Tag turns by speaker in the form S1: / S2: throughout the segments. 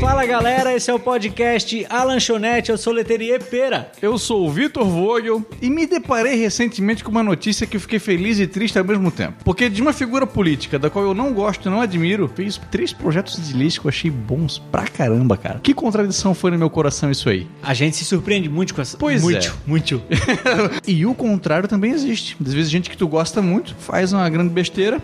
S1: Fala galera, esse é o podcast A Lanchonete, eu sou o Leterier Pera.
S2: Eu sou o Vitor Vogel e me deparei recentemente com uma notícia que eu fiquei feliz e triste ao mesmo tempo. Porque de uma figura política da qual eu não gosto e não admiro, fez três projetos de lixo que eu achei bons pra caramba, cara. Que contradição foi no meu coração isso aí.
S1: A gente se surpreende muito com essa.
S2: Pois é.
S1: muito, Muito,
S2: E o contrário também existe. Às vezes gente que tu gosta muito faz uma grande besteira.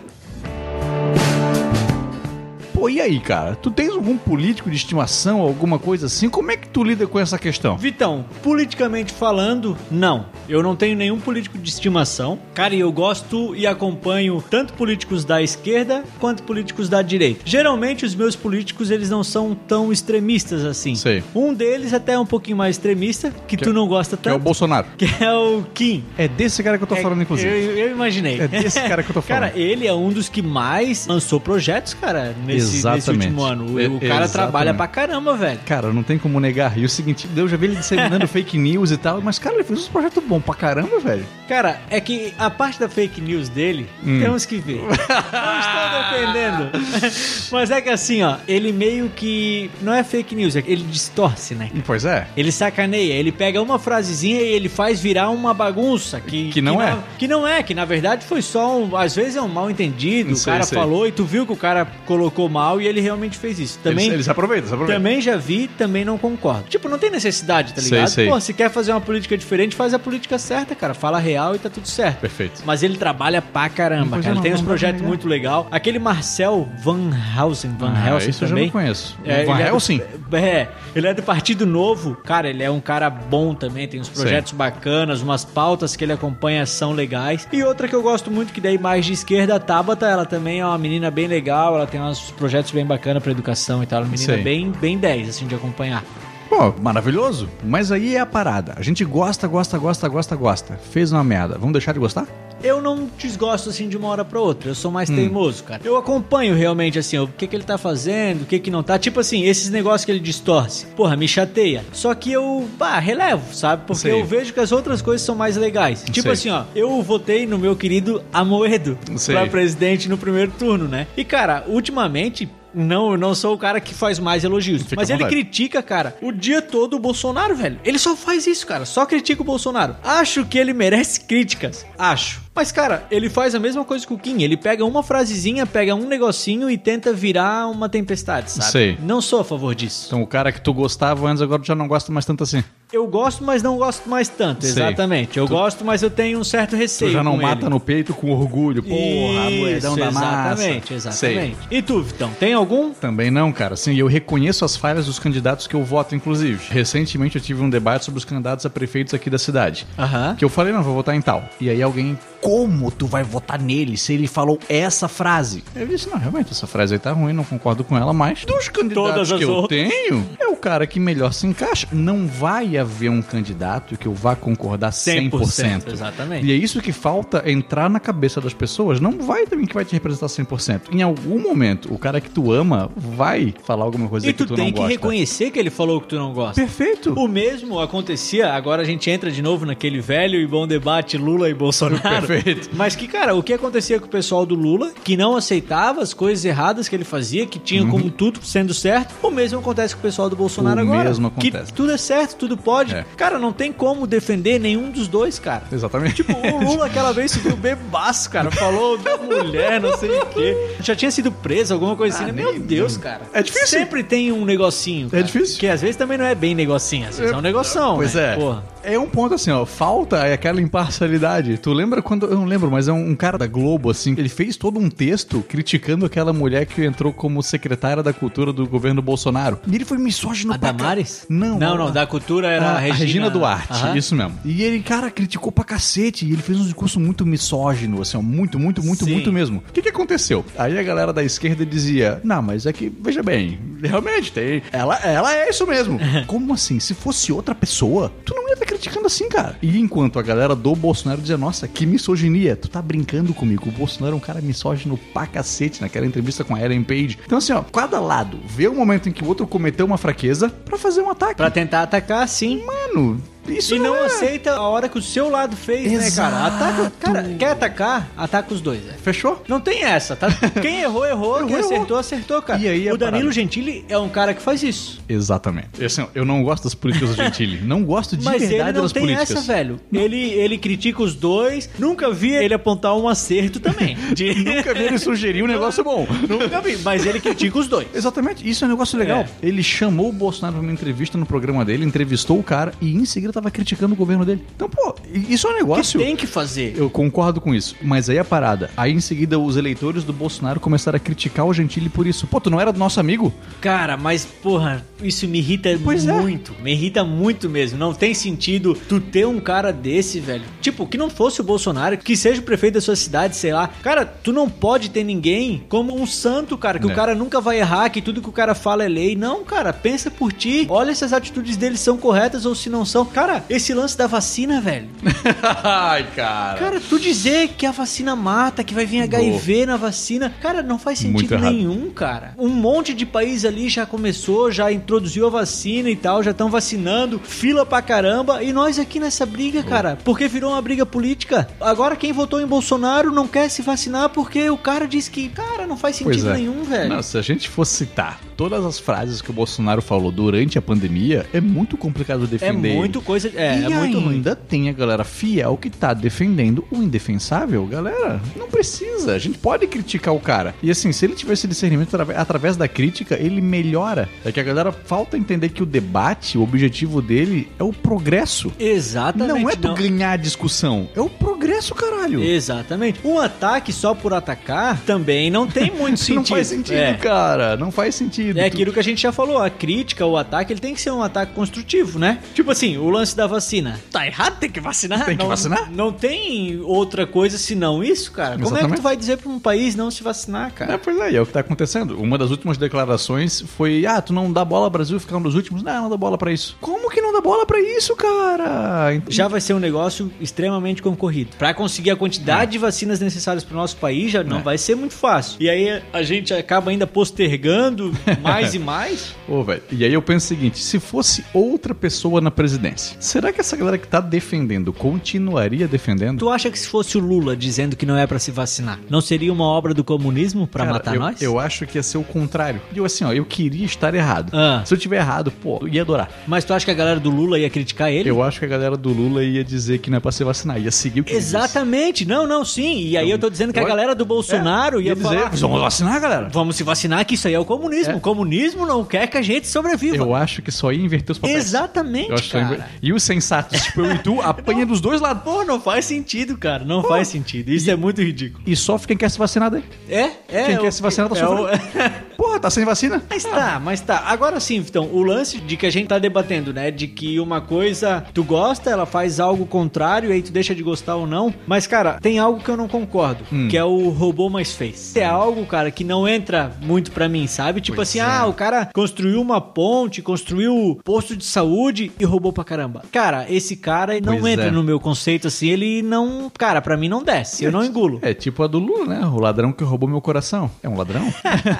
S2: Pô, e aí, cara? Tu tens algum político de estimação, alguma coisa assim? Como é que tu lida com essa questão?
S1: Vitão, politicamente falando, não. Eu não tenho nenhum político de estimação. Cara, e eu gosto e acompanho tanto políticos da esquerda quanto políticos da direita. Geralmente os meus políticos, eles não são tão extremistas assim.
S2: Sei.
S1: Um deles até é um pouquinho mais extremista, que, tu não gosta
S2: Que é o
S1: tanto,
S2: Bolsonaro.
S1: que é o, Kim.
S2: É desse cara que eu tô falando,
S1: É,
S2: inclusive.
S1: Eu, eu imaginei.
S2: É desse cara que eu tô falando.
S1: Cara, ele é um dos que mais lançou projetos, cara, nesse, nesse
S2: Exatamente.
S1: último ano. O, o
S2: É,
S1: cara
S2: exatamente.
S1: trabalha pra caramba, velho.
S2: Cara, não tem como negar. E o seguinte, eu já vi ele disseminando fake news e tal, mas, cara, ele fez um projeto bom pra caramba, velho.
S1: Cara, é que a parte da fake news dele,
S2: Hum.
S1: temos que ver. Não estou defendendo. Mas é que assim, ó, ele meio que. Não é fake news, é que ele distorce, né?
S2: Pois é.
S1: Ele sacaneia, ele pega uma frasezinha e ele faz virar uma bagunça que,
S2: Que não é.
S1: na- que não é, que na verdade foi só um, às vezes é um mal entendido, o
S2: Sei,
S1: cara
S2: sei.
S1: falou e tu viu que o cara colocou mal e ele realmente fez isso. Também
S2: Eles, eles aproveitam, eles aproveitam.
S1: Também já vi, também não concordo. Tipo, não tem necessidade, tá
S2: Sei,
S1: ligado?
S2: sei.
S1: Pô, se quer fazer uma política diferente, faz a política certa, cara. Fala real e tá tudo certo.
S2: Perfeito.
S1: Mas ele trabalha pra caramba,
S2: Pois
S1: cara.
S2: é,
S1: Ele
S2: não-
S1: tem uns
S2: não dá pra
S1: projetos
S2: negar.
S1: muito legal. Aquele Marcel Van Housen, Van
S2: Ah,
S1: Helsing
S2: isso eu já
S1: também.
S2: não conheço.
S1: É,
S2: Van
S1: ele é do-
S2: Helsing?
S1: É, ele é do Partido Novo. Cara, ele é um cara bom também, tem uns projetos bacanas, umas pautas que ele acompanha são legais. E outra que eu gosto muito, que daí mais de esquerda, a Tabata, ela também é uma menina bem legal, ela tem uns projetos bem bacanas pra educação e tal. Ela é uma menina
S2: Sei.
S1: bem, bem 10, assim, de acompanhar.
S2: Pô, maravilhoso. Mas aí é a parada. A gente gosta, gosta, gosta, gosta, gosta. Fez uma merda. Vamos deixar de gostar?
S1: Eu não desgosto assim de uma hora pra outra. Eu sou
S2: Hum.
S1: mais teimoso, cara. Eu acompanho realmente assim, o que que ele tá fazendo, o que que não tá. Tipo assim, esses negócios que ele distorce. Porra, me chateia. Só que eu, pá, relevo, sabe? Porque
S2: Sei.
S1: eu vejo que as outras coisas são mais legais. Tipo
S2: Sei.
S1: assim, ó, eu votei no meu querido Amoedo
S2: Sei.
S1: pra presidente no primeiro turno, né? E cara, ultimamente não, eu não sou o cara que faz mais elogios.
S2: Fica
S1: mas
S2: à
S1: ele
S2: vontade.
S1: critica, cara, o dia todo o Bolsonaro, velho. Ele só faz isso, cara. Só critica o Bolsonaro. Acho que ele merece críticas. Acho. Mas, cara, ele faz a mesma coisa que o Kim. Ele pega uma frasezinha, pega um negocinho e tenta virar uma tempestade, sabe?
S2: Sei.
S1: Não sou a favor disso.
S2: Então o cara que tu gostava antes agora tu já não gosta mais tanto assim.
S1: Eu gosto, mas não gosto mais tanto.
S2: Sei.
S1: Exatamente. Eu gosto, mas eu tenho um certo
S2: Tu
S1: receio.
S2: já não
S1: com
S2: mata
S1: ele.
S2: no peito com orgulho. Porra,
S1: Isso,
S2: moedão da massa.
S1: Exatamente,
S2: Sei.
S1: exatamente. E tu, Vitão, tem algum?
S2: Também não, cara. Sim, eu reconheço as falhas dos candidatos que eu voto, inclusive. Recentemente eu tive um debate sobre os candidatos a prefeitos aqui da cidade.
S1: Aham.
S2: Que eu falei, não, vou votar em tal. E aí alguém, como tu vai votar nele se ele falou essa frase? Eu disse, não, realmente, essa frase aí tá ruim, não concordo com ela, mas dos candidatos
S1: Todas as
S2: que eu
S1: outras.
S2: tenho, é o cara que melhor se encaixa. Não vai haver um candidato que eu vá concordar 100%.
S1: 100%, exatamente.
S2: E é isso que falta entrar na cabeça das pessoas. Não vai também que vai te representar 100%. Em algum momento, o cara que tu ama vai falar alguma coisa
S1: E
S2: que
S1: tu,
S2: tu
S1: tem
S2: não
S1: que
S2: gosta.
S1: reconhecer que ele falou que tu não gosta.
S2: Perfeito.
S1: O mesmo acontecia, agora a gente entra de novo naquele velho e bom debate Lula e Bolsonaro.
S2: Perfeito.
S1: Mas que, cara, o que acontecia com o pessoal do Lula, que não aceitava as coisas erradas que ele fazia, que tinha como tudo sendo certo, o mesmo acontece com o pessoal do Bolsonaro
S2: Uhum. O
S1: agora.
S2: mesmo
S1: Que
S2: acontece.
S1: tudo é certo, tudo pode.
S2: É.
S1: Cara, não tem como defender nenhum dos dois, cara.
S2: Exatamente.
S1: Tipo, o Lula aquela vez subiu bebaço, cara. Falou da mulher, não sei o quê. Já tinha sido preso, alguma coisa assim. né? Meu Deus, cara.
S2: É difícil. É
S1: Sempre tem um negocinho. cara.
S2: difícil.
S1: Que às vezes também não é bem negocinho, às vezes é, um negoção.
S2: Pois
S1: né?
S2: é.
S1: Porra.
S2: É um ponto assim, ó. Falta é aquela imparcialidade. Tu lembra quando. Eu não lembro, mas é um, um cara da Globo, assim. Ele fez todo um texto criticando aquela mulher que entrou como secretária da cultura do governo Bolsonaro. E ele foi misógino
S1: A
S2: pra
S1: Damares?
S2: ca- Não.
S1: Não,
S2: a-
S1: não. Da cultura era
S2: Ah, a,
S1: a Regina,
S2: Duarte,
S1: Aham.
S2: isso mesmo. E ele, cara, criticou pra cacete. E ele fez um discurso muito misógino, assim, ó, muito, muito, muito,
S1: Sim.
S2: muito mesmo. O que, que aconteceu? Aí a galera da esquerda dizia: Não, mas é que, veja bem, realmente tem. Ela, ela é isso mesmo. Como assim? Se fosse outra pessoa, tu não ia estar criticando assim, cara. E enquanto a galera do Bolsonaro dizia: Nossa, que misoginia, tu tá brincando comigo. O Bolsonaro é um cara misógino pra cacete naquela entrevista com a Ellen Page. Então, assim, ó, cada lado vê o momento em que o outro cometeu uma fraqueza pra fazer um ataque.
S1: Pra tentar atacar, sim.
S2: Mano, Isso
S1: e não
S2: é-
S1: aceita a hora que o seu lado fez, né, cara? Ataca, cara, quer atacar? Ataca os dois, velho.
S2: Fechou?
S1: Não tem essa, tá? Quem errou, errou.
S2: Errou,
S1: Quem
S2: errou.
S1: acertou, acertou, cara.
S2: E aí é
S1: o Danilo
S2: parada.
S1: Gentili é um cara que faz isso.
S2: Exatamente. Assim, ó, eu não gosto das políticas do Gentili. Não gosto de
S1: Mas
S2: verdade
S1: ele não
S2: das
S1: tem
S2: políticas.
S1: essa, velho. Ele, ele critica os dois. Nunca vi ele apontar um acerto também. De-
S2: Nunca vi ele sugerir um negócio bom.
S1: Nunca vi, mas ele critica os dois.
S2: Exatamente, isso é um negócio legal.
S1: É.
S2: Ele chamou o Bolsonaro pra uma entrevista no programa dele, entrevistou o cara e em seguida tava criticando o governo dele. Então, pô, isso é um
S1: que
S2: negócio.
S1: tem que fazer.
S2: Eu concordo com isso, mas aí a parada. Aí em seguida os eleitores do Bolsonaro começaram a criticar o Gentili por isso. Pô, tu não era do nosso amigo?
S1: Cara, mas porra, isso me irrita
S2: Pois é.
S1: muito. Me irrita muito mesmo. Não tem sentido tu ter um cara desse, velho. Tipo, que não fosse o Bolsonaro, que seja o prefeito da sua cidade, sei lá. Cara, tu não pode ter ninguém como um santo, cara, que
S2: É.
S1: o cara nunca vai errar, que tudo que o cara fala é lei. Não, cara, pensa por ti. Olha se as atitudes dele são corretas ou se não são. Cara, esse lance da vacina, velho.
S2: Ai, cara.
S1: Cara, tu dizer que a vacina mata, que vai vir HIV na vacina, cara, não faz
S2: Muito
S1: sentido
S2: errado.
S1: nenhum, cara. Um monte de país ali já começou, já introduziu a vacina e tal, já estão vacinando, fila pra caramba, e nós aqui nessa briga, cara, porque virou uma briga política. Agora quem votou em Bolsonaro não quer se vacinar porque o cara disse que, cara, não faz
S2: Pois
S1: sentido
S2: é.
S1: nenhum, velho.
S2: Não, se a gente fosse citar todas as frases que o Bolsonaro falou durante a pandemia, é muito complicado
S1: é
S2: defender. ele.
S1: muito coisa, é,
S2: e
S1: é muito ruim.
S2: ainda tem a galera fiel que tá defendendo o indefensável. Galera, não precisa. A gente pode criticar o cara. E assim, se ele tiver esse discernimento atrave- através da crítica, ele melhora. É que a galera falta entender que o debate, o objetivo dele é o progresso.
S1: Exatamente.
S2: não é tu ganhar a discussão, é o progresso, caralho.
S1: Exatamente. Um ataque só por atacar também não tem muito sentido.
S2: Não faz sentido,
S1: É.
S2: cara. Não faz sentido.
S1: É
S2: Tu-
S1: aquilo que a gente já falou, a crítica, o ataque, ele tem que ser um ataque construtivo, né? Tipo assim, o lance da vacina. Tá errado, tem que vacinar.
S2: Tem que
S1: não,
S2: vacinar?
S1: Não tem outra coisa senão isso, cara. Como é que
S2: Exatamente.
S1: tu vai dizer pra um país não se vacinar,
S2: É,
S1: cara?
S2: pois é, e é o que tá acontecendo. Uma das últimas declarações foi: Ah, tu não dá bola, Brasil, ficar um dos últimos. Não, não dá bola pra isso. Como que não dá bola pra isso, cara? Então-
S1: Já vai ser um negócio extremamente concorrido. Pra conseguir a quantidade de vacinas necessárias pro nosso país, já não
S2: É.
S1: vai ser muito fácil. E aí a gente acaba ainda postergando mais e mais.
S2: Ô, velho. E aí eu penso o seguinte: se fosse outra pessoa na presidência, será que essa galera que tá defendendo continuaria defendendo?
S1: Tu acha que se fosse o Lula dizendo que não é pra se vacinar, não seria uma obra do comunismo pra
S2: Cara,
S1: matar
S2: eu,
S1: nós?
S2: Eu acho que ia ser o contrário. E Eu, assim, ó, eu queria estar errado.
S1: Ah.
S2: Se eu tiver errado, pô, eu ia adorar.
S1: Mas tu acha que a galera do Lula ia criticar ele?
S2: Eu acho que a galera do Lula ia dizer que não é pra se vacinar, ia seguir o que ele disse. É,
S1: Exatamente, não, não, sim. E aí eu tô dizendo que a
S2: Olha-
S1: galera do Bolsonaro
S2: É,
S1: ia
S2: dizer,
S1: falar.
S2: Vamos vacinar, galera.
S1: Vamos se vacinar, que isso aí é o comunismo.
S2: É.
S1: O comunismo não quer que a gente sobreviva.
S2: Eu acho que só ia inverter os papéis.
S1: Exatamente,
S2: Eu acho que só ia
S1: cara.
S2: inver- E os sensatos, tipo eu e tu, apanha dos dois lados.
S1: Pô, não faz sentido, cara. Não faz sentido. Isso é muito ridículo.
S2: E sofre quem quer se vacinar daí.
S1: É? é
S2: quem
S1: o-
S2: quer se vacinar tá
S1: é o-
S2: sofrendo. Porra, tá sem vacina?
S1: Mas tá, mas tá. Agora sim, então, o lance de que a gente tá debatendo, né? De que uma coisa tu gosta, ela faz algo contrário, aí tu deixa de gostar ou não. Mas, cara, tem algo que eu não concordo,
S2: Hum.
S1: que é o robô mais fez. É algo, cara, que não entra muito pra mim, sabe? Tipo
S2: Pois
S1: assim,
S2: é.
S1: ah, o cara construiu uma ponte, construiu posto de saúde e roubou pra caramba. Cara, esse cara não
S2: Pois
S1: entra
S2: é.
S1: no meu conceito assim, ele não. Cara, pra mim não desce, eu não engulo.
S2: É tipo a do Lula, né? O ladrão que roubou meu coração. É um ladrão?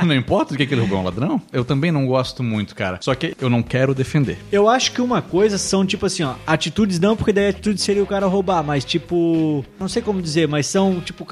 S2: não importa o que, que ele roubou, é um ladrão? Eu também não gosto muito, cara. Só que eu não quero defender.
S1: Eu acho que uma coisa são, tipo assim, ó, atitudes não, porque daí atitude seria o cara roubar, mas tipo. Não sei como dizer, mas são, tipo,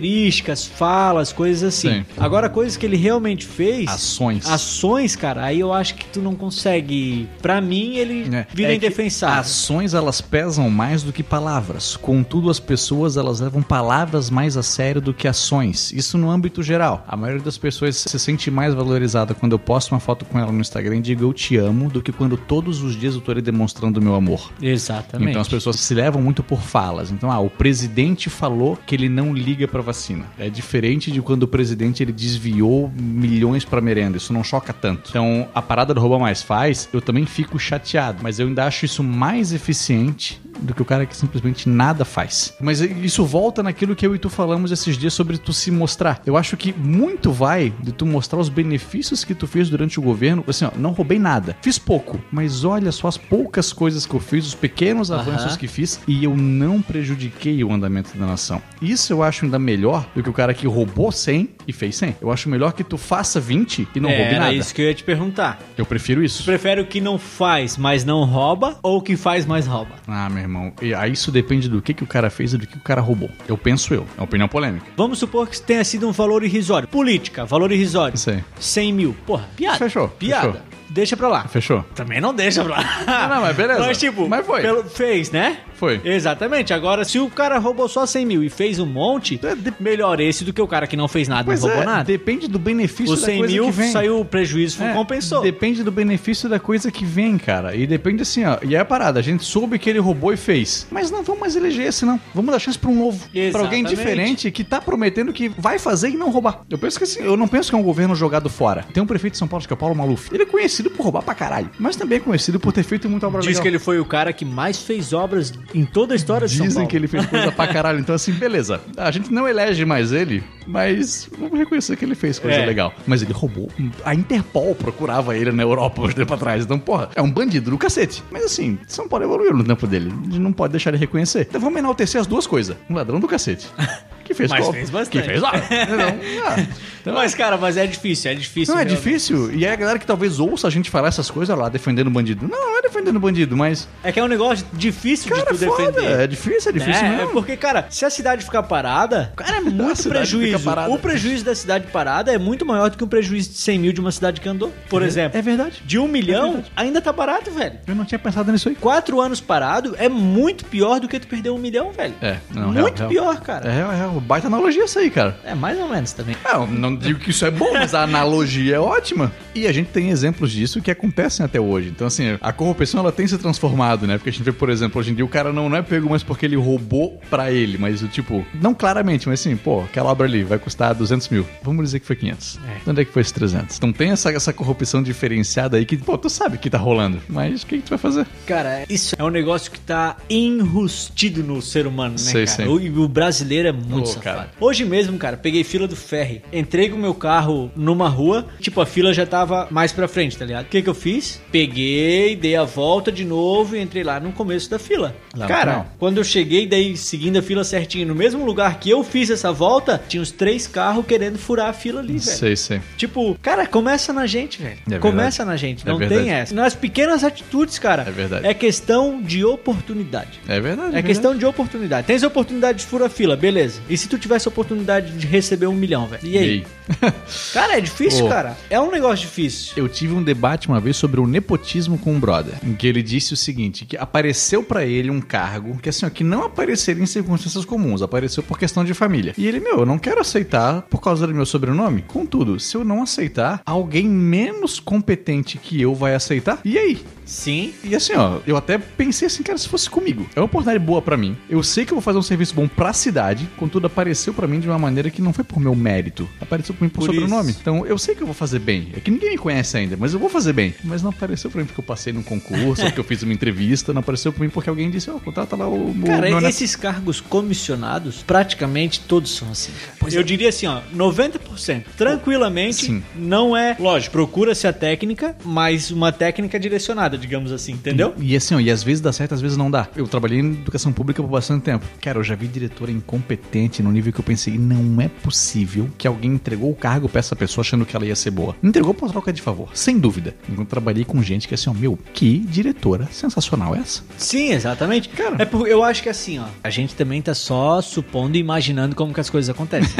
S1: características, falas, coisas assim.
S2: Sim.
S1: Agora, coisas que ele realmente fez.
S2: Ações.
S1: Ações, cara, aí eu acho que tu não consegue. Pra mim, ele
S2: É.
S1: vira
S2: É que
S1: indefensável.
S2: Ações elas pesam mais do que palavras. Contudo, as pessoas elas levam palavras mais a sério do que ações. Isso no âmbito geral. A maioria das pessoas se sente mais valorizada quando eu posto uma foto com ela no Instagram e digo eu te amo do que quando todos os dias eu tô ali demonstrando o meu amor.
S1: Exatamente.
S2: Então as pessoas se levam muito por falas. Então, ah, o presidente falou que ele não liga pra vacina. É diferente de quando o presidente ele desviou milhões pra merenda. Isso não choca tanto. Então, a parada do rouba mais faz, eu também fico chateado, mas eu ainda acho isso mais eficiente do que o cara que simplesmente nada faz. Mas isso volta naquilo que eu e tu falamos esses dias sobre tu se mostrar. Eu acho que muito vai de tu mostrar os benefícios que tu fez durante o governo. Assim, ó, não roubei nada. Fiz pouco, mas olha só as poucas coisas que eu fiz, os pequenos
S1: Aham.
S2: avanços que fiz e eu não prejudiquei o andamento da nação. Isso eu acho ainda melhor do que o cara que roubou 100 e fez 100. Eu acho melhor que tu faça 20 e não
S1: É,
S2: roube
S1: era
S2: nada.
S1: isso que eu ia te perguntar.
S2: Eu prefiro isso.
S1: Prefere o que não faz, mas não rouba, ou o que faz, mas rouba?
S2: Ah, meu irmão, e aí isso depende do que, que o cara fez e do que o cara roubou. Eu penso eu. É uma opinião polêmica.
S1: Vamos supor que tenha sido um valor irrisório. Política, valor irrisório.
S2: Isso aí.
S1: 100 mil. Porra, piada.
S2: Fechou,
S1: Piada.
S2: fechou.
S1: Deixa pra lá.
S2: Fechou?
S1: Também não deixa pra lá.
S2: Não, não, mas beleza.
S1: Mas tipo,
S2: Mas foi.
S1: pelo- fez, né?
S2: Foi.
S1: Exatamente. Agora, se o cara roubou só 100 mil e fez um monte,
S2: É, de-
S1: melhor esse do que o cara que não fez nada e não roubou nada.
S2: é, depende do benefício
S1: Os
S2: da
S1: 100
S2: coisa que
S1: mil
S2: vem.
S1: saiu o prejuízo,
S2: É,
S1: compensou.
S2: Depende do benefício da coisa que vem, cara. E depende assim, ó. E aí a parada, a gente soube que ele roubou e fez. Mas não vamos mais eleger esse, não. Vamos dar chance pra um novo. Pra alguém
S1: Exatamente.
S2: diferente que tá prometendo que vai fazer e não roubar. Eu penso que assim, eu não penso que é um governo jogado fora. Tem um prefeito de São Paulo que é o Paulo Maluf. Ele é conhecido por roubar pra caralho. Mas também é conhecido por ter feito muita obra
S1: Diz
S2: legal.
S1: que ele foi o cara que mais fez obras em toda a história de São
S2: Dizem
S1: Paulo.
S2: que ele fez coisa pra caralho. Então, assim, beleza. A gente não elege mais ele, mas vamos reconhecer que ele fez coisa
S1: É.
S2: legal. Mas ele roubou. A Interpol procurava ele na Europa uns tempo atrás. Então, porra, é um bandido do cacete. Mas assim, São Paulo evoluiu no tempo dele. A gente não pode deixar ele reconhecer. Então vamos enaltecer as duas coisas. Um ladrão do cacete. Que fez
S1: Mas
S2: co-
S1: fez bastante.
S2: Que fez, ó. Não, ah, então,
S1: Mas, cara, mas é difícil, é difícil.
S2: não, é
S1: realmente.
S2: difícil. E aí a galera que talvez ouça a gente falar essas coisas lá, defendendo o bandido. Não, não é defendendo o bandido, mas.
S1: É que é um negócio difícil
S2: Cara,
S1: de
S2: é
S1: tu
S2: foda.
S1: defender.
S2: É difícil, é difícil
S1: é, é
S2: mesmo.
S1: porque, cara, se a cidade ficar parada, cara, é muito
S2: cidade
S1: prejuízo.
S2: fica parada. né?
S1: O prejuízo da cidade parada é muito maior do que o prejuízo de 100 mil de uma cidade que andou. Por exemplo,
S2: É verdade.
S1: de um milhão,
S2: verdade.
S1: ainda tá barato, velho.
S2: Eu não tinha pensado nisso aí.
S1: Quatro anos parado é muito pior do que tu perder um milhão, velho.
S2: É, não,
S1: Muito
S2: real, real.
S1: pior, cara.
S2: É, é, é, baita analogia isso aí, cara.
S1: É. mais ou menos também.
S2: Não, não digo que isso é bom, mas a analogia é ótima. E a gente tem exemplos disso que acontecem até hoje. Então, assim, a corrupção ela tem se transformado, né? Porque a gente vê, por exemplo, hoje em dia o cara não, não é pego mais porque ele roubou pra ele, mas tipo, não claramente, mas assim, pô, aquela obra ali vai custar 200 mil. Vamos dizer que foi 500.
S1: É.
S2: Onde é que foi esse 300? Então tem essa, essa corrupção diferenciada aí que, pô, tu sabe que tá rolando, mas o que, que tu vai fazer?
S1: Cara, isso é um negócio que tá enrustido no ser humano, né,
S2: Sei,
S1: cara?
S2: sei.
S1: O- E o, brasileiro é muito
S2: Ô,
S1: safado.
S2: cara.
S1: Hoje mesmo, cara, peguei fila do ferry. Entrei com o meu carro numa rua, tipo, a fila já tava mais pra frente, tá ligado? O que que eu fiz? Peguei, dei a volta de novo e entrei lá no começo da fila.
S2: Lá no
S1: cara,
S2: final.
S1: quando eu cheguei, daí seguindo a fila certinho, no mesmo lugar que eu fiz essa volta, tinha uns três carros querendo furar a fila ali, velho.
S2: Sei, sei.
S1: Tipo, cara, começa na gente, velho.
S2: É
S1: começa na gente,
S2: É
S1: não
S2: verdade.
S1: tem essa. Nas pequenas atitudes, cara.
S2: É verdade.
S1: É questão de oportunidade.
S2: É verdade.
S1: É
S2: verdade.
S1: questão de oportunidade. Tens oportunidade de fura fila, beleza. E se tu tivesse oportunidade de receber um milhão, velho? E aí? Cara, é difícil,
S2: Ô.
S1: cara. É um negócio difícil.
S2: Eu tive um debate uma vez sobre o nepotismo com um brother, em que ele disse o seguinte, que apareceu pra ele um cargo que assim, ó, que não apareceria em circunstâncias comuns, apareceu por questão de família. E ele, meu, eu não quero aceitar por causa do meu sobrenome. Contudo, se eu não aceitar, alguém menos competente que eu vai aceitar? E aí?
S1: Sim.
S2: E assim, ó, eu até pensei assim, cara, se fosse comigo, é uma oportunidade boa pra mim. Eu sei que eu vou fazer um serviço bom pra cidade, contudo apareceu pra mim de uma maneira que não foi por meu mérito. Apareceu pra mim por,
S1: Por
S2: sobrenome.
S1: isso.
S2: Então, eu sei que eu vou fazer bem. É que ninguém me conhece ainda, mas eu vou fazer bem. Mas não apareceu pra mim porque eu passei num concurso, ou porque eu fiz uma entrevista, não apareceu pra mim porque alguém disse, ó, contrata lá o meu
S1: Cara,
S2: meu neto.
S1: esses cargos comissionados, praticamente todos são assim. Eu diria assim, ó, 90%. Tranquilamente,
S2: Sim.
S1: não é. Lógico, procura-se a técnica, mas uma técnica direcionada, digamos assim, entendeu?
S2: E assim, ó, e às vezes dá certo, às vezes não dá. Eu trabalhei em educação pública por bastante tempo. Cara, eu já vi diretora incompetente no nível que eu pensei, não é possível que alguém entregou o cargo pra essa pessoa achando que ela ia ser boa. Entregou por troca de favor, sem dúvida. Enquanto trabalhei com gente que assim, ó, meu, que diretora sensacional é essa?
S1: Sim, exatamente.
S2: Cara.
S1: é porque eu acho que assim, ó, a gente também tá só supondo e imaginando como que as coisas acontecem.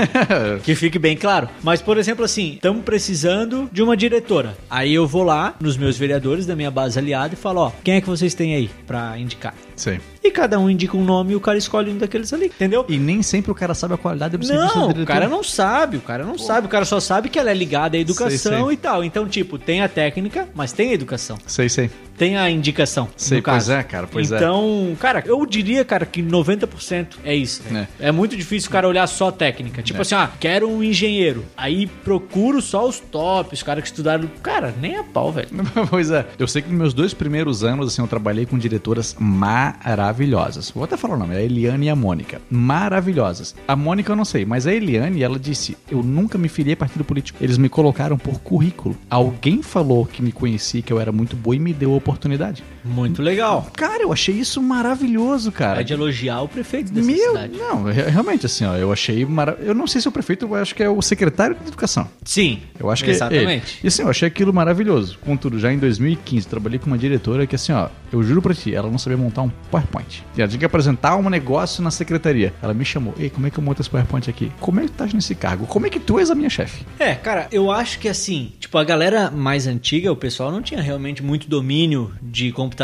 S1: que fique bem claro. Mas, por exemplo, assim, estamos precisando de uma diretora. Aí eu vou lá nos meus vereadores da minha base aliada e falo, ó, quem é que vocês têm aí pra indicar?
S2: Sei.
S1: E cada um indica um nome e o cara escolhe um daqueles ali, entendeu?
S2: E nem sempre o cara sabe a qualidade do serviço da
S1: Não,
S2: diretora.
S1: o cara não sabe, o cara não sabe, o cara só sabe que ela é ligada à educação
S2: sei.
S1: e tal. Então, tipo, tem a técnica, mas tem a educação.
S2: Sei, sei.
S1: Tem a indicação.
S2: Sei,
S1: no caso.
S2: pois é, cara, pois é.
S1: então, cara, eu diria, cara, que 90% é isso. né? É. muito difícil o cara olhar só a técnica. Tipo
S2: É.
S1: assim, ah, quero um engenheiro. Aí procuro só os tops, os caras que estudaram. Cara, nem a pau, velho.
S2: pois é. Eu sei que nos meus dois primeiros anos, assim, eu trabalhei com diretoras maravilhosas. maravilhosas. Vou até falar o nome, é a Eliane e a Mônica. Maravilhosas. A Mônica eu não sei, mas a Eliane, ela disse: Eu nunca me filiei a partido político. Eles me colocaram por currículo. Alguém falou que me conhecia, que eu era muito boa e me deu a oportunidade.
S1: Muito legal.
S2: Cara, eu achei isso maravilhoso, cara.
S1: É de elogiar o prefeito dessa
S2: Meu,
S1: cidade.
S2: não, re- realmente assim, ó, eu achei maravilhoso. Eu não sei se é o prefeito, eu acho que é o secretário de educação.
S1: Sim.
S2: Eu acho que é
S1: Exatamente.
S2: ele. E assim, eu achei aquilo maravilhoso. Contudo, já em 2015, trabalhei com uma diretora que assim, ó, eu juro pra ti, ela não sabia montar um PowerPoint. E Ela tinha que apresentar um negócio na secretaria. Ela me chamou, ei, como é que eu monto esse PowerPoint aqui? Como é que tu estás nesse cargo? Como é que tu és a minha chefe?
S1: É, cara, eu acho que assim, tipo, a galera mais antiga, o pessoal não tinha realmente muito domínio de computador.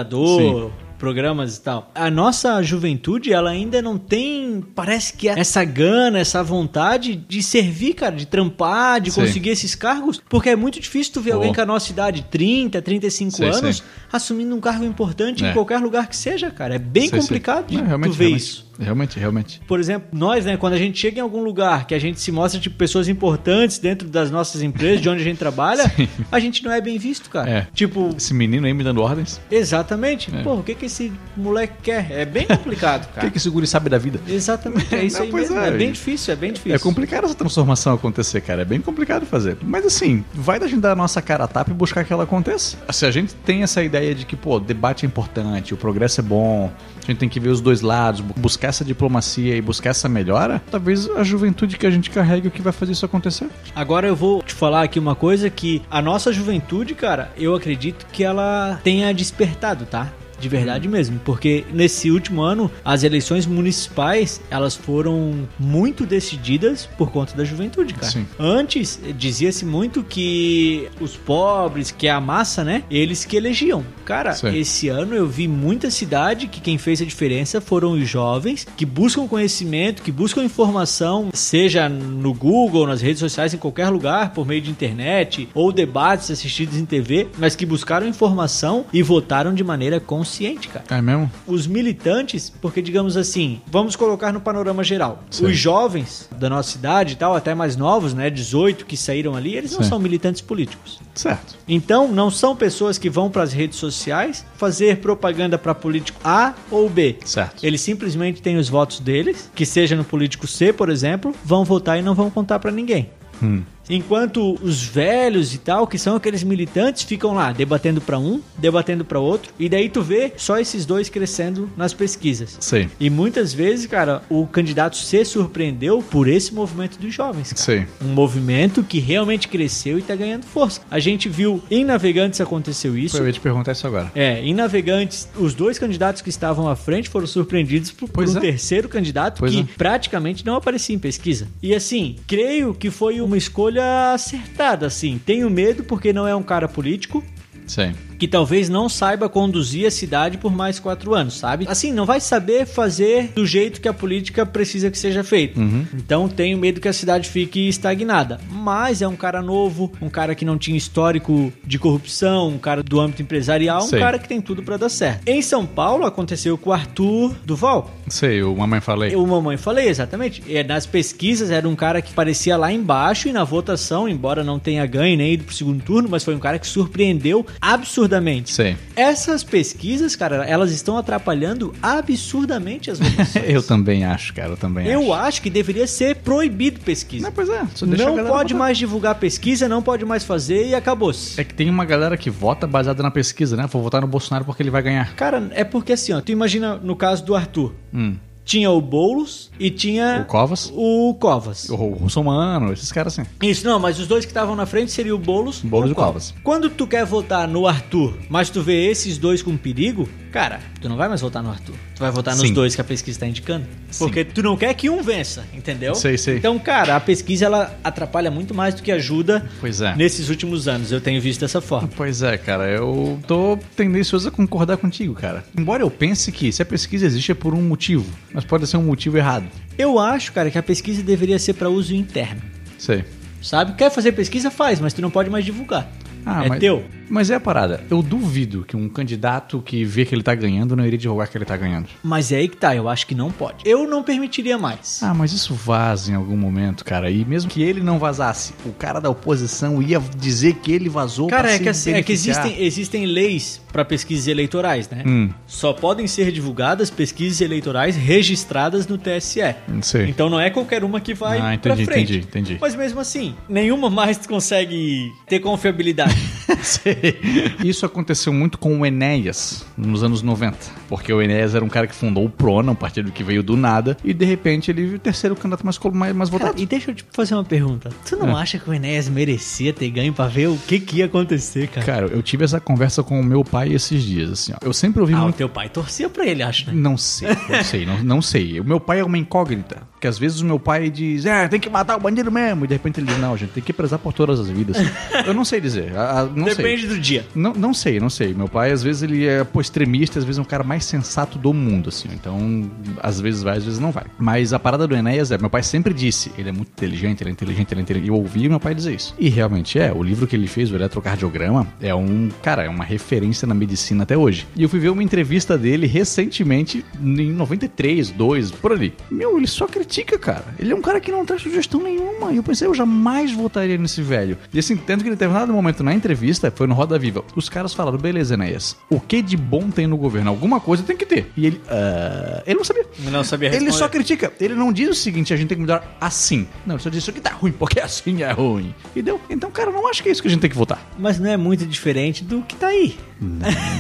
S1: programas e tal. A nossa juventude, ela ainda não tem, parece que essa gana, essa vontade de servir, cara, de trampar, de
S2: Sim.
S1: conseguir esses cargos, porque é muito difícil tu ver
S2: Pô.
S1: alguém com a nossa idade, 30, 35
S2: Sei,
S1: anos,
S2: sei.
S1: assumindo um cargo importante em
S2: É.
S1: qualquer lugar que seja, cara. É bem
S2: Sei, sei.
S1: complicado de
S2: Não, realmente,
S1: tu ver
S2: realmente,
S1: isso.
S2: Realmente, realmente.
S1: Por exemplo, nós, né, quando a gente chega em algum lugar que a gente se mostra tipo pessoas importantes dentro das nossas empresas, de onde a gente trabalha, a gente não é bem visto, cara.
S2: É.
S1: Tipo,
S2: Esse menino aí me dando ordens.
S1: exatamente.
S2: É.
S1: Pô, o que que esse moleque quer? É bem complicado,
S2: O que,
S1: cara.
S2: que esse guri sabe da vida?
S1: Exatamente, é isso
S2: Não,
S1: aí
S2: pois
S1: mesmo.
S2: é.
S1: É. bem difícil, é bem difícil.
S2: É complicado essa transformação acontecer, cara. É bem complicado fazer. Mas assim, vai da gente dar a nossa cara a tapa e buscar que ela aconteça. Se a gente tem essa ideia de que, pô, debate é importante, o progresso é bom, a gente tem que ver os dois lados, bu- buscar essa diplomacia e buscar essa melhora, talvez a juventude que a gente carrega é o que vai fazer isso acontecer.
S1: Agora eu vou te falar aqui uma coisa que a nossa juventude, cara, eu acredito que ela tenha despertado, tá? De verdade
S2: Uhum.
S1: mesmo, porque nesse último ano as eleições municipais elas foram muito decididas por conta da juventude, cara.
S2: Sim.
S1: Antes eh, dizia-se muito que os pobres, que a massa, né? Eles que elegiam. Cara,
S2: Sim.
S1: esse ano eu vi muita cidade que quem fez a diferença foram os jovens que buscam conhecimento, que buscam informação, seja no Google, nas redes sociais, em qualquer lugar, por meio de internet ou debates assistidos em TV, mas que buscaram informação e votaram de maneira consciente, cara
S2: É mesmo?
S1: os militantes, porque digamos assim, vamos colocar no panorama geral.
S2: Sim.
S1: Os jovens da nossa cidade e tal, até mais novos, né, 18 que saíram ali, eles não
S2: Sim.
S1: são militantes políticos.
S2: Certo.
S1: Então, não são pessoas que vão para as redes sociais fazer propaganda para político A ou B.
S2: Certo.
S1: Eles simplesmente têm os votos deles, que seja no político C, por exemplo, vão votar e não vão contar para ninguém.
S2: Hum.
S1: Enquanto os velhos e tal, que são aqueles militantes, ficam lá debatendo pra um, debatendo pra outro, e daí tu vê só esses dois crescendo nas pesquisas.
S2: Sei.
S1: E muitas vezes, cara, o candidato se surpreendeu por esse movimento dos jovens, cara.
S2: Sei.
S1: Um movimento que realmente cresceu e tá ganhando força. A gente viu em Navegantes aconteceu isso.
S2: Eu ia te perguntar isso agora.
S1: É, em Navegantes, os dois candidatos que estavam à frente foram surpreendidos por, por
S2: Pois
S1: um
S2: é.
S1: terceiro candidato
S2: Pois
S1: que
S2: é.
S1: praticamente não aparecia em pesquisa. E assim, creio que foi uma escolha acertada, assim. Tenho medo porque não é um cara político.
S2: Sei.
S1: Que talvez não saiba conduzir a cidade por mais quatro anos, sabe? Assim, não vai saber fazer do jeito que a política precisa que seja feito.
S2: Uhum.
S1: Então, tenho medo que a cidade fique estagnada. Mas é um cara novo, um cara que não tinha histórico de corrupção, um cara do âmbito empresarial, um
S2: Sei.
S1: cara que tem tudo pra dar certo. Em São Paulo, aconteceu com o Arthur Duval.
S2: Sei, o mamãe falei.
S1: O mamãe falei, exatamente. É, Nas pesquisas era um cara que parecia lá embaixo e na votação, embora não tenha ganho nem ido pro segundo turno, mas foi um cara que surpreendeu absurdamente.
S2: Sei.
S1: Essas pesquisas, cara, elas estão atrapalhando absurdamente as votações.
S2: Eu também acho, cara. Eu também
S1: Eu
S2: acho.
S1: acho que deveria ser proibido pesquisa.
S2: Não, pois é. Só deixa a
S1: Não
S2: galera
S1: pode
S2: votar.
S1: mais divulgar pesquisa, não pode mais fazer e acabou-se.
S2: É que tem uma galera que vota baseada na pesquisa, né? Vou votar no Bolsonaro porque ele vai ganhar.
S1: Cara, é porque assim, ó, tu imagina no caso do Arthur,
S2: Hum.
S1: tinha o Boulos e tinha
S2: O Covas,
S1: o Covas.
S2: o Russomano, esses caras assim.
S1: Isso, não, mas os dois que estavam na frente seriam o Boulos,
S2: Boulos
S1: e
S2: e
S1: o Covas. Quando tu quer votar no Arthur, mas tu vê esses dois com perigo, cara, tu não vai mais votar no Arthur. Tu vai votar nos
S2: Sim.
S1: dois que a pesquisa está indicando. Porque tu não quer que um vença, entendeu?
S2: Sei, sei.
S1: Então, cara, a pesquisa ela atrapalha muito mais do que ajuda
S2: Pois é.
S1: nesses últimos anos. Eu tenho visto dessa forma.
S2: Pois é, cara, eu tô tendencioso a concordar contigo, cara. Embora eu pense que se a pesquisa existe é por um motivo, mas pode ser um motivo errado.
S1: Eu acho, cara, que a pesquisa deveria ser para uso interno.
S2: Sei.
S1: Sabe? Quer fazer pesquisa? Faz, mas tu não pode mais divulgar.
S2: Ah,
S1: é
S2: mas,
S1: teu.
S2: Mas é a parada. Eu duvido que um candidato que vê que ele tá ganhando não iria divulgar que ele tá ganhando.
S1: Mas é aí que tá, eu acho que não pode. Eu não permitiria mais.
S2: Ah, mas isso vaza em algum momento, cara. E mesmo que ele não vazasse, o cara da oposição ia dizer que ele vazou pra
S1: Cara, é
S2: se
S1: que, assim, é que
S2: beneficiar.
S1: existem, existem leis para pesquisas eleitorais, né?
S2: Hum.
S1: Só podem ser divulgadas pesquisas eleitorais registradas no TSE.
S2: Não sei.
S1: Então não é qualquer uma que vai
S2: Ah, entendi,
S1: pra frente.
S2: entendi, entendi.
S1: Mas mesmo assim, nenhuma mais consegue ter confiabilidade.
S2: Isso aconteceu muito com o Enéas nos anos 90, porque o Enéas era um cara que fundou o Prona, um partido que veio do nada, e de repente ele viu o terceiro candidato mais, colo- mais, mais
S1: Cara,
S2: votado.
S1: e deixa eu te fazer uma pergunta. Tu
S2: Ah.
S1: não acha que o Enéas merecia ter ganho pra ver o que, que ia acontecer, cara?
S2: Cara, eu tive essa conversa com o meu pai esses dias, assim, ó. Eu sempre ouvi
S1: Ah, o
S2: muito.
S1: teu pai torcia pra ele, acho, né?
S2: Não sei, não sei, não, não sei. O meu pai é uma incógnita. Porque às vezes o meu pai diz, é, tem que matar o bandido mesmo. E de repente ele diz, não, gente, tem que prezar por todas as vidas. Eu não sei dizer. a- a- não sei.
S1: Depende do dia.
S2: Não, não sei, não sei. Meu pai, às vezes, ele é pô, extremista, às vezes é um cara mais sensato do mundo, assim. Então, às vezes vai, às vezes não vai. Mas a parada do Enéas é, meu pai sempre disse, ele é muito inteligente, ele é inteligente, ele é inteligente. E Eu ouvi meu pai dizer isso. E realmente é, o livro que ele fez, o Eletrocardiograma, é um, cara, é uma referência na medicina até hoje. E eu fui ver uma entrevista dele recentemente, em 93, 2, por ali. Meu, ele só critica, cara. Ele é um cara que não traz sugestão nenhuma. E eu pensei, eu jamais votaria nesse velho. E assim, tanto que em determinado momento na entrevista, foi no Roda Viva, os caras falaram, beleza, Enéas, o que de bom tem no governo? Alguma coisa tem que ter. E ele, "Ah", ele não sabia.
S1: Não sabia responder.
S2: Ele só critica. Ele não diz o seguinte, a gente tem que mudar assim. Não, ele só diz isso aqui tá ruim, porque assim é ruim. E deu. Então, cara, eu não acho que é isso que a gente tem que votar.
S1: Mas não é muito diferente do que tá aí.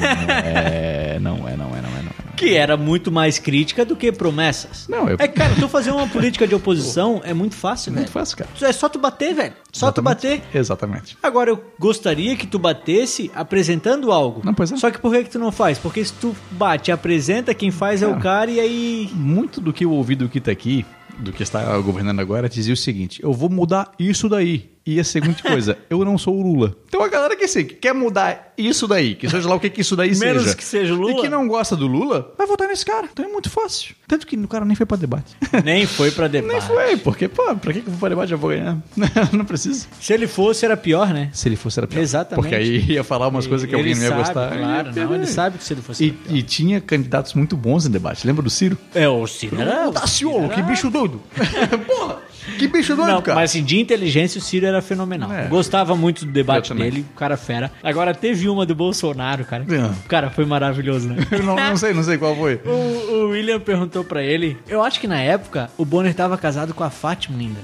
S2: É, não é, não é, não é, não é.
S1: Que era muito mais crítica do que promessas.
S2: Não, eu-
S1: É, cara, tu fazer uma política de oposição é muito fácil,
S2: Muito
S1: velho.
S2: fácil, cara.
S1: É só tu bater, velho. Só tu
S2: Exatamente.
S1: bater.
S2: Exatamente.
S1: Agora, eu gostaria que tu batesse apresentando algo.
S2: Não, pois é.
S1: Só que por que, que tu não faz? Porque se tu bate e apresenta, quem faz é o
S2: Cara.
S1: cara e aí...
S2: muito do que eu ouvi do que tá aqui, do que está governando agora, dizia o seguinte: eu vou mudar isso daí. E a seguinte coisa, eu não sou o Lula. Então a galera que assim, que quer mudar isso daí, que seja lá o que, que isso daí seja.
S1: Menos que seja o Lula.
S2: E que não gosta do Lula, vai votar nesse cara. Então é muito fácil. Tanto que o cara nem foi pra debate.
S1: Nem foi pra debate.
S2: nem foi, porque, pô, pra que que eu vou pra debate? Já vou ganhar. não preciso.
S1: Se ele fosse, era pior, né?
S2: Se ele fosse era pior.
S1: Exatamente.
S2: Porque aí ia falar umas coisas que alguém
S1: Ele
S2: não ia
S1: sabe,
S2: gostar.
S1: Claro,
S2: Ia
S1: não, ele
S2: perder.
S1: sabe que se ele fosse...
S2: E, e tinha candidatos muito bons em debate. Lembra do Ciro?
S1: É, o Ciro era...
S2: O Daciolo, que bicho doido. Porra, que bicho doido,
S1: Não,
S2: cara.
S1: mas assim, de inteligência o Ciro era fenomenal.
S2: É.
S1: Gostava muito do debate
S2: Eu também.
S1: dele, o cara é fera. Agora teve uma do Bolsonaro, cara.
S2: É.
S1: O cara foi maravilhoso, né?
S2: Eu não, não sei, não sei qual foi.
S1: O, o William perguntou pra ele. Eu acho que na época o Bonner tava casado com a Fátima ainda.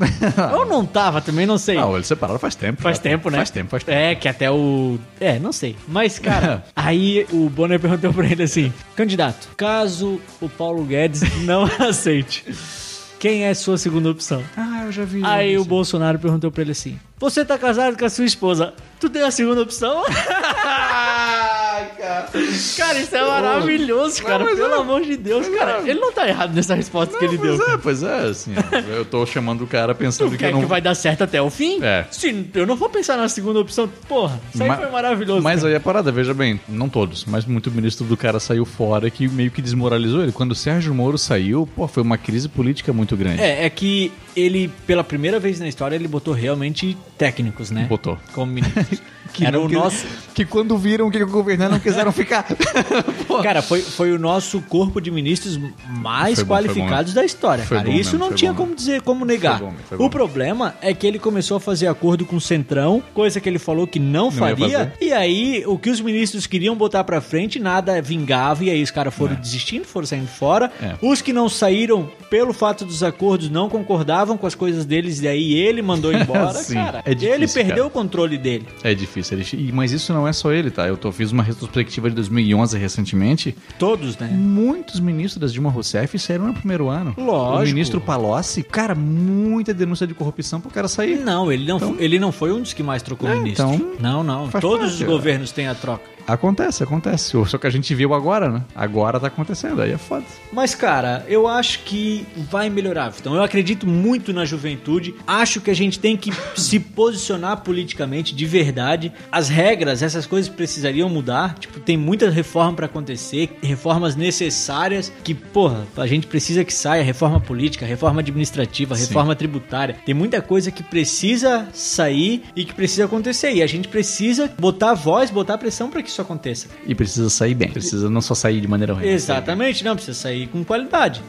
S1: Ou não tava, também não sei.
S2: Não, eles separaram faz tempo.
S1: Faz
S2: já.
S1: tempo, né?
S2: Faz tempo, faz tempo.
S1: É, que até o. É, não sei. Mas, cara, aí o Bonner perguntou pra ele assim: candidato, caso o Paulo Guedes não aceite, quem é sua segunda opção?
S2: Ah, eu já vi.
S1: Aí o Bolsonaro perguntou pra ele assim: Você tá casado com a sua esposa? Tu tem a segunda opção? cara, isso é maravilhoso, cara.
S2: mas
S1: Pelo
S2: é.
S1: amor de Deus, cara. Ele não tá errado nessa resposta que ele deu.
S2: Pois
S1: cara.
S2: é, pois é, assim. Eu tô chamando o cara pensando
S1: Tu
S2: que eu
S1: quer
S2: não...
S1: que vai dar certo até o fim?
S2: É.
S1: Se eu não vou pensar na segunda opção, porra, isso aí
S2: Ma-
S1: foi maravilhoso.
S2: Mas
S1: cara.
S2: aí a parada, veja bem, não todos, mas muito ministro do cara saiu fora que meio que desmoralizou ele. Quando o Sérgio Moro saiu, pô, foi uma crise política muito grande.
S1: É, é que ele, pela primeira vez na história, ele botou realmente técnicos, né?
S2: Botou.
S1: Como ministros.
S2: Que
S1: Era
S2: não
S1: o
S2: quis-
S1: nosso.
S2: Que quando viram que o governar não quiseram ficar. Pô,
S1: Cara, foi, foi o nosso corpo de ministros mais
S2: Foi bom,
S1: qualificados da história,
S2: Foi
S1: cara.
S2: bom
S1: Isso
S2: mesmo,
S1: não
S2: foi
S1: tinha
S2: bom
S1: como dizer, como negar.
S2: Foi bom, foi
S1: O
S2: bom.
S1: problema é que ele começou a fazer acordo com o Centrão, coisa que ele falou que não,
S2: ia
S1: faria.
S2: fazer.
S1: E aí, o que os ministros queriam botar pra frente, nada vingava. E aí, os caras foram desistindo, foram saindo fora.
S2: É.
S1: Os que não saíram, pelo fato dos acordos, não concordavam com as coisas deles. E aí, ele mandou embora.
S2: Sim,
S1: cara,
S2: é difícil,
S1: ele perdeu
S2: cara.
S1: o controle dele.
S2: É difícil, ele... e- mas isso não é só ele, tá? Eu tô, fiz uma retrospectiva de 2011 recentemente.
S1: Todos, né?
S2: Muitos ministros da Dilma Rousseff saíram no primeiro ano.
S1: Lógico.
S2: O ministro Palocci, cara, muita denúncia de corrupção pro cara sair.
S1: Não, ele não, fo- ele não foi um dos que mais trocou
S2: Então- É,
S1: ministro.
S2: então,
S1: não, não.
S2: faz
S1: Todos
S2: parte,
S1: os
S2: é.
S1: governos têm a troca.
S2: Acontece, acontece. Só que a gente viu agora, né? Agora tá acontecendo, aí é foda.
S1: Mas, cara, eu acho que vai melhorar, Vitão. Eu acredito muito na juventude. Acho que a gente tem que se posicionar politicamente de verdade. As regras, essas coisas precisariam mudar. Tipo, tem muita reforma pra acontecer, reformas necessárias que, porra, a gente precisa que saia. Reforma política, reforma administrativa,
S2: Sim.
S1: reforma tributária. Tem muita coisa que precisa sair e que precisa acontecer. E a gente precisa botar voz, botar pressão pra que isso aconteça.
S2: E precisa sair bem. Precisa não só sair de maneira ruim.
S1: Exatamente, não precisa sair com qualidade.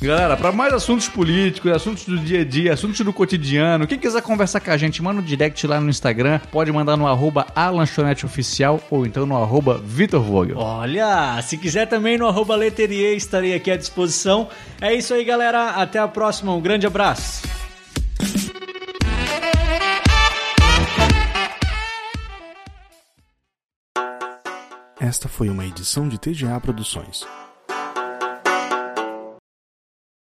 S2: Galera, pra mais assuntos políticos, assuntos do dia a dia, assuntos do cotidiano, quem quiser conversar com a gente, manda um direct lá no Instagram. Pode mandar no arroba a lanchonete oficial ou então no arroba Vitor Vogel.
S1: Olha, se quiser também no arroba Leterier, estarei aqui à disposição. É isso aí, galera. Até a próxima. Um grande abraço.
S3: Esta foi uma edição de TGA Produções.